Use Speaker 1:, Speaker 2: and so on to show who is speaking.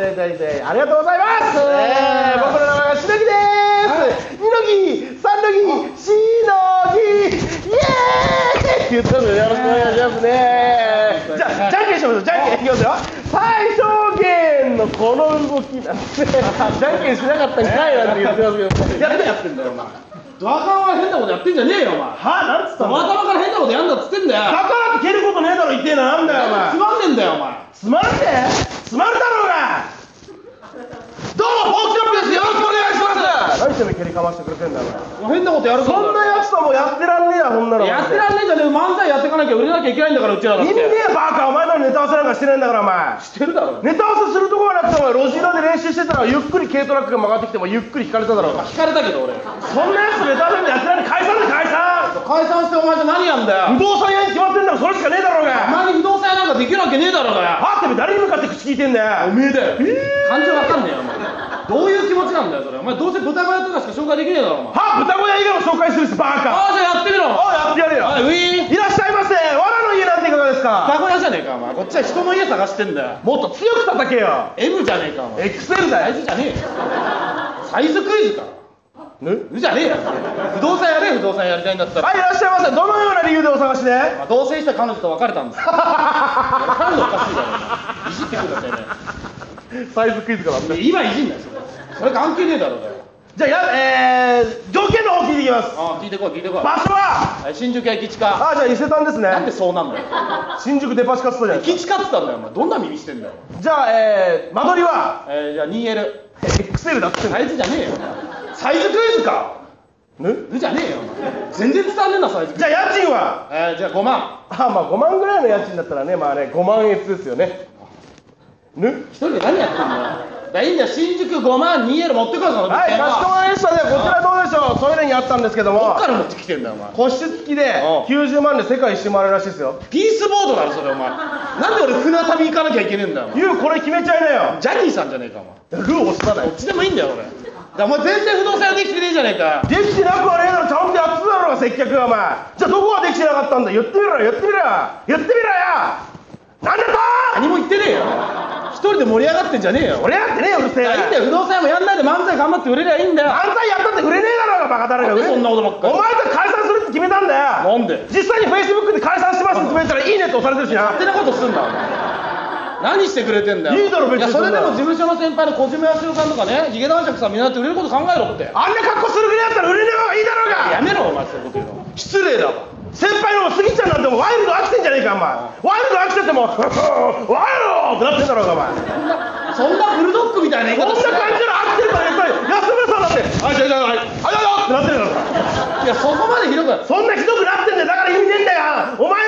Speaker 1: ありがとうございます、
Speaker 2: えー
Speaker 1: えー僕の名前はしのぎです、二の木三の木しのぎイエーイ言ったのでよろしくお願いしますねじゃあじゃんけんしましょうじゃんけんいきますよ最小限のこの動きなんですね じゃんけんしなかったんかいなんて言ってますけど
Speaker 2: 何やってんだよお前ドアカンは変なことやってんじゃねえよお前
Speaker 1: はあなんつった
Speaker 2: 頭から変なことやんだっつってんだよ
Speaker 1: だからって蹴ることねえだろ言ってえななんだよお前
Speaker 2: つまんねえんだよお前
Speaker 1: つまるぜつまるだろうが
Speaker 2: どうもフォークショップですよろしくお願いします
Speaker 1: 何てめえ蹴りかましてくれてんだお
Speaker 2: もう
Speaker 1: 前
Speaker 2: 変なことやる
Speaker 1: そんなやつともやってらんねえやこんなの
Speaker 2: やってらんねえじゃねえ漫才やってかなきゃ売れなきゃいけないんだからうちらだって
Speaker 1: 意味ねえバカお前のネタ合わせなんかしてないんだからお前
Speaker 2: してるだろ
Speaker 1: ネタ合わせするとこはなくてお前路地裏で練習してたらゆっくり軽トラックが曲がってきてもゆっくり引かれただろうが
Speaker 2: 聞かれたけど俺
Speaker 1: そんなやつとネタ合わせなんかやってらんねえ解散だ解散
Speaker 2: 解散してお前じゃ何やんだ
Speaker 1: 不
Speaker 2: よ
Speaker 1: 動産屋に決まってんだろそれしかねえだろう
Speaker 2: お
Speaker 1: が
Speaker 2: 前に不動産屋なんかできるわけねえだろうがよ
Speaker 1: はってめえ誰に向かって口聞いてんだ
Speaker 2: お
Speaker 1: よ
Speaker 2: めえだよ感情わかんねえよお前どういう気持ちなんだよそれお前どうせ豚小屋とかしか紹介できねえだろお前
Speaker 1: は豚小屋以外を紹介するしバカ
Speaker 2: ああじゃあやってみろ
Speaker 1: おいやってやるよ
Speaker 2: おいウィーン
Speaker 1: いらっしゃいませわらの家なんていかがですか
Speaker 2: 豚小屋じゃねえかお前こっちは人の家探してんだよ
Speaker 1: もっと強く叩けよ
Speaker 2: M じゃねえかお前
Speaker 1: XL だ
Speaker 2: サイ
Speaker 1: よ
Speaker 2: ズじゃねえよサイズクイズか
Speaker 1: ね
Speaker 2: うじゃねえよ不動産やれ不動産やりたいんだったら、
Speaker 1: はいいらっしゃいませどのような理由でお探しで
Speaker 2: まあ、同棲した彼女と別れたんですよ彼女おかしいだろお前いじってくるだろ
Speaker 1: サイズクイズから
Speaker 2: それ今いじんなよそれそれ関係ねえだろうがよ
Speaker 1: じゃあやえー、条件の方聞いていきます
Speaker 2: ああ聞いてこい聞いてこい、
Speaker 1: 場所は
Speaker 2: はい新宿駅近
Speaker 1: あじゃあ伊勢丹です
Speaker 2: なんで
Speaker 1: ね
Speaker 2: そうなんだよ
Speaker 1: 新宿デパ地下ストじゃないです
Speaker 2: 駅近っつったんだよお前どんな耳してんだよ、
Speaker 1: かじゃあえー、間取りは
Speaker 2: えー、じゃあ 2L
Speaker 1: XL だっつって
Speaker 2: サイズじゃねえよサイズクイズか
Speaker 1: ね
Speaker 2: うじゃねえよお前全然伝わんねえなサイズクイズ
Speaker 1: じゃあ家賃は
Speaker 2: えー、じゃあ5万
Speaker 1: あまあ5万ぐらいの家賃だったらねまあね5万円ですよねね
Speaker 2: 一人で何やってんだよ。だいいんだよ、新宿5万 2L 持ってこい、その物
Speaker 1: はい
Speaker 2: 件
Speaker 1: かしこまりましたねこちらどうでしょうトイレにあったんですけど
Speaker 2: ど
Speaker 1: も
Speaker 2: っから持ってきてんだよ、お前。
Speaker 1: 個室付きで
Speaker 2: うん
Speaker 1: 90万で世界一周回れるらしいですよ
Speaker 2: ピースボードだろ、それ、お前。なんで俺、船旅行かなきゃいけねえんだよ、お前。
Speaker 1: ユウこれ決めちゃいなよ
Speaker 2: ジャニーさんじゃねえか、お前。
Speaker 1: ルー押さない
Speaker 2: どっちでもいいんだよ、俺。だからお前、全然不動産屋できてねえじゃねえか。
Speaker 1: できてなくはねえだろちゃんとやってただろうが接客がお前じゃあどこができてなかったんだ言ってみろよ言ってみろよ言ってみろよなんだと
Speaker 2: 何も言ってねえよ。一人で盛り上がってんじゃねえよ。俺
Speaker 1: 俺やってねえようるせえ
Speaker 2: いいんだよ、不動産屋もやんないで漫才頑張って売れりゃいいんだよ。
Speaker 1: 犯罪やったって売れねえだろうがバカだらが
Speaker 2: なんでそんなことばっかり
Speaker 1: お前と解散するって決めたんだ
Speaker 2: な
Speaker 1: よ
Speaker 2: んで
Speaker 1: 実際にフェイスブックで解散しますって決めたらいいねって押されてるしな
Speaker 2: 勝手なことすんな、お前。何してくれてんだよ。
Speaker 1: いいだろ別に
Speaker 2: や、それでも
Speaker 1: そ
Speaker 2: 事
Speaker 1: ん
Speaker 2: 務所の先輩の小島よしおさんとかね、ヒゲ男爵さん見習って売れること考えろって。
Speaker 1: あんな格好するぐらいだったら売れねえ方がいいだろうが
Speaker 2: やめろお前そういうこと言うの
Speaker 1: 失礼だわ先輩のスギちゃんなんてもうワイルド飽きてんじゃねえかお前ワイルド飽きてても ワイルドってなってんだろうがお
Speaker 2: そ
Speaker 1: 前
Speaker 2: んなそんなブルドッグみたいな言い
Speaker 1: こん
Speaker 2: 方
Speaker 1: な
Speaker 2: しない
Speaker 1: 感じの飽きてるからやっぱり安村さんだってあじゃあじ
Speaker 2: いや
Speaker 1: ゃあはいあじゃあじゃあってなってるから
Speaker 2: そこまでひどくない
Speaker 1: そんなひどくなってんだよだから意味ねえんだよお前